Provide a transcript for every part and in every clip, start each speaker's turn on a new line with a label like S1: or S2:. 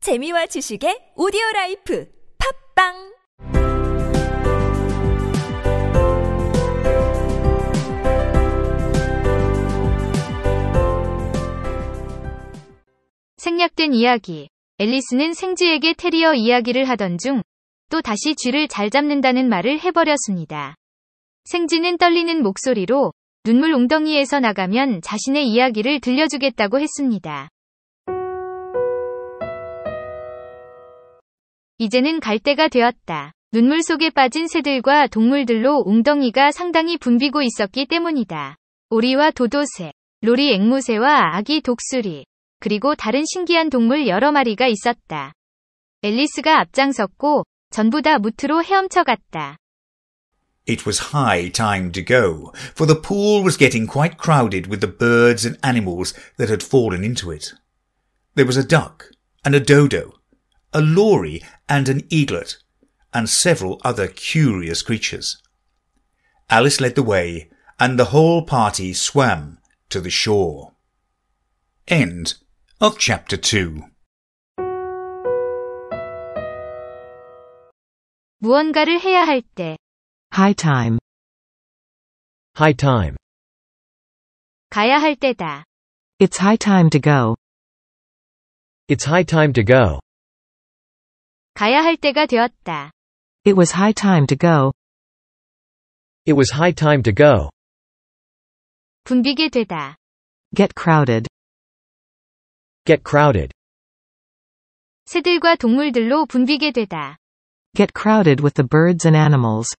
S1: 재미와 지식의 오디오 라이프 팝빵
S2: 생략된 이야기. 앨리스는 생쥐에게 테리어 이야기를 하던 중 또 다시 쥐를 잘 잡는다는 말을 해버렸습니다. 생쥐는 떨리는 목소리로 눈물 웅덩이에서 나가면 자신의 이야기를 들려주겠다고 했습니다. 이제는 갈 때가 되었다. 눈물 속에 빠진 새들과 동물들로 웅덩이가 상당히 붐비고 있었기 때문이다. 오리와 도도새, 로리 앵무새와 아기 독수리, 그리고 다른 신기한 동물 여러 마리가 있었다. 앨리스가 앞장섰고 전부 다 무트로 헤엄쳐 갔다.
S3: It was high time to go, for the pool was getting quite crowded with the birds and animals that had fallen into it. There was a duck and a dodo, a lory and an eaglet, and several other curious creatures. Alice led the way, and the whole party swam to the shore. End of chapter two.
S2: 무언가를 해야 할 때
S4: High time.
S5: High time.
S2: 가야 할 때다.
S4: It's high time to go.
S5: It's high time to go.
S2: 가야 할 때가 되었다.
S4: It was high time to go.
S5: It was high time to go.
S2: 붐비게 되다.
S4: Get crowded.
S5: Get crowded.
S2: 새들과 동물들로 붐비게 되다.
S4: Get crowded with the birds and animals.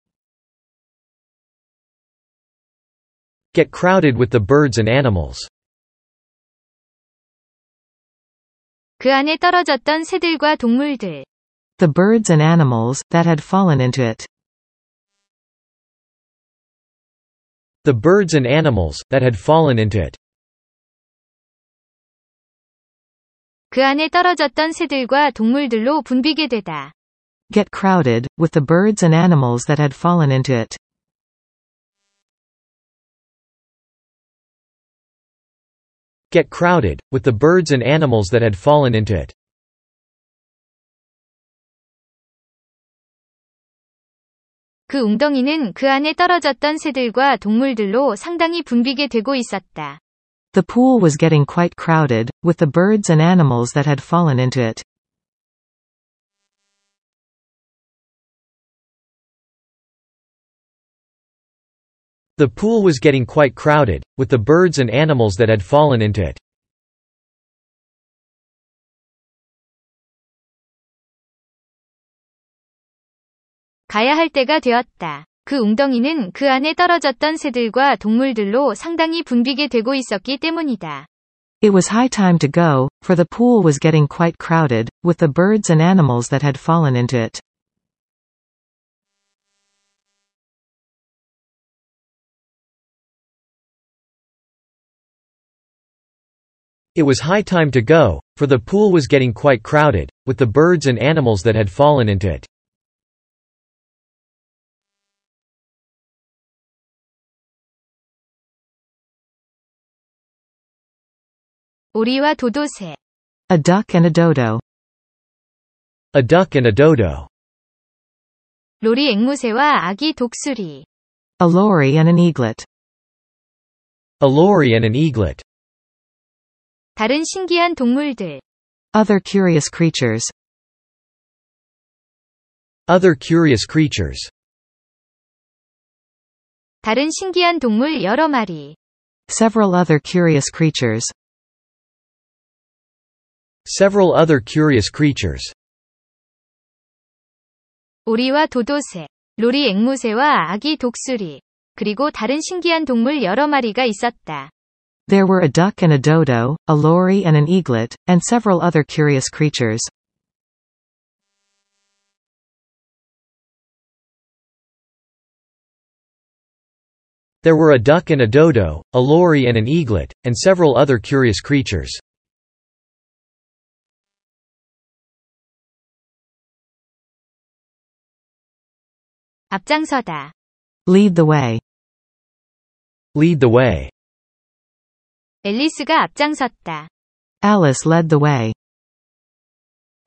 S5: Get crowded with the birds and animals.
S2: 그 안에 떨어졌던 새들과 동물들.
S4: The birds and animals that had fallen into it.
S5: The birds and animals that had fallen into it.
S2: 그 안에 떨어졌던 새들과 동물들로 붐비게 되다.
S4: Get crowded with the birds and animals that had fallen into it.
S5: Get crowded with the birds and animals that had fallen into it.
S2: 그 웅덩이는 그 안에 떨어졌던 새들과 동물들로 상당히 붐비게 되고 있었다.
S4: The pool was getting quite crowded with the birds and animals that had fallen into it.
S5: The pool was getting quite crowded with the birds and animals that had fallen into it.
S2: 가야 할 때가 되었다. 그 웅덩이는 그 안에 떨어졌던 새들과 동물들로 상당히 붐비게 되고 있었기 때문이다.
S4: It was high time to go, for the pool was getting quite crowded with the birds and animals that had fallen into it.
S5: It was high time to go, for the pool was getting quite crowded with the birds and animals that had fallen into it.
S2: 오리와 도도새,
S4: A duck and a dodo.
S5: A duck and a dodo,
S2: 로리 앵무새와 아기 독수리,
S4: A lorry and an eaglet.
S5: a lory and an eaglet,
S2: 다른 신기한 동물들,
S4: Other curious creatures.
S5: other curious creatures,
S2: 다른 신기한 동물 여러 마리,
S4: Several other curious creatures.
S5: several other curious creatures.
S2: 오리와 도도새, 로리 앵무새와 아기 독수리, 그리고 다른 신기한 동물 여러 마리가 있었다.
S4: There were a duck and a dodo, a lory and an eaglet, and several other curious creatures.
S5: There were a duck and a dodo, a lory and an eaglet, and several other curious creatures.
S2: 앞장서다.
S4: Lead the way.
S5: Lead the way.
S2: 앨리스가 앞장섰다.
S4: Alice led the way.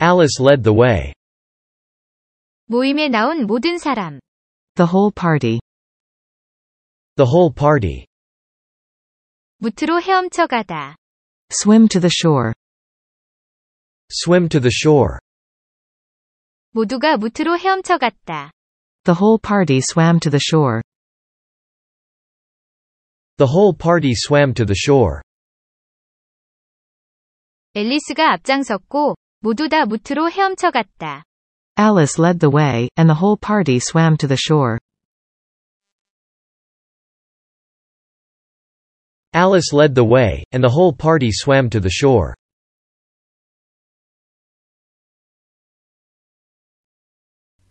S5: Alice led the way.
S2: 모임에 나온 모든 사람.
S4: The whole party.
S5: The whole party.
S2: 무트로 헤엄쳐 가다.
S4: Swim to the shore.
S5: Swim to the shore.
S2: 모두가 무트로 헤엄쳐 갔다.
S4: The whole party swam to the shore.
S5: The whole party swam to the shore.
S2: 앨리스가 앞장섰고 모두 다 무트로 헤엄쳐 갔다.
S4: Alice led the way, and the whole party swam to the shore.
S5: Alice led the way, and the whole party swam to the shore.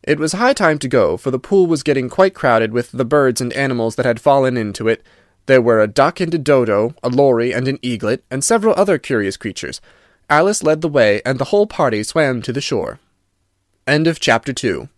S6: It was high time to go, for the pool was getting quite crowded with the birds and animals that had fallen into it. There were a duck and a dodo, a lory and an eaglet, and several other curious creatures. Alice led the way, and the whole party swam to the shore. End of chapter 2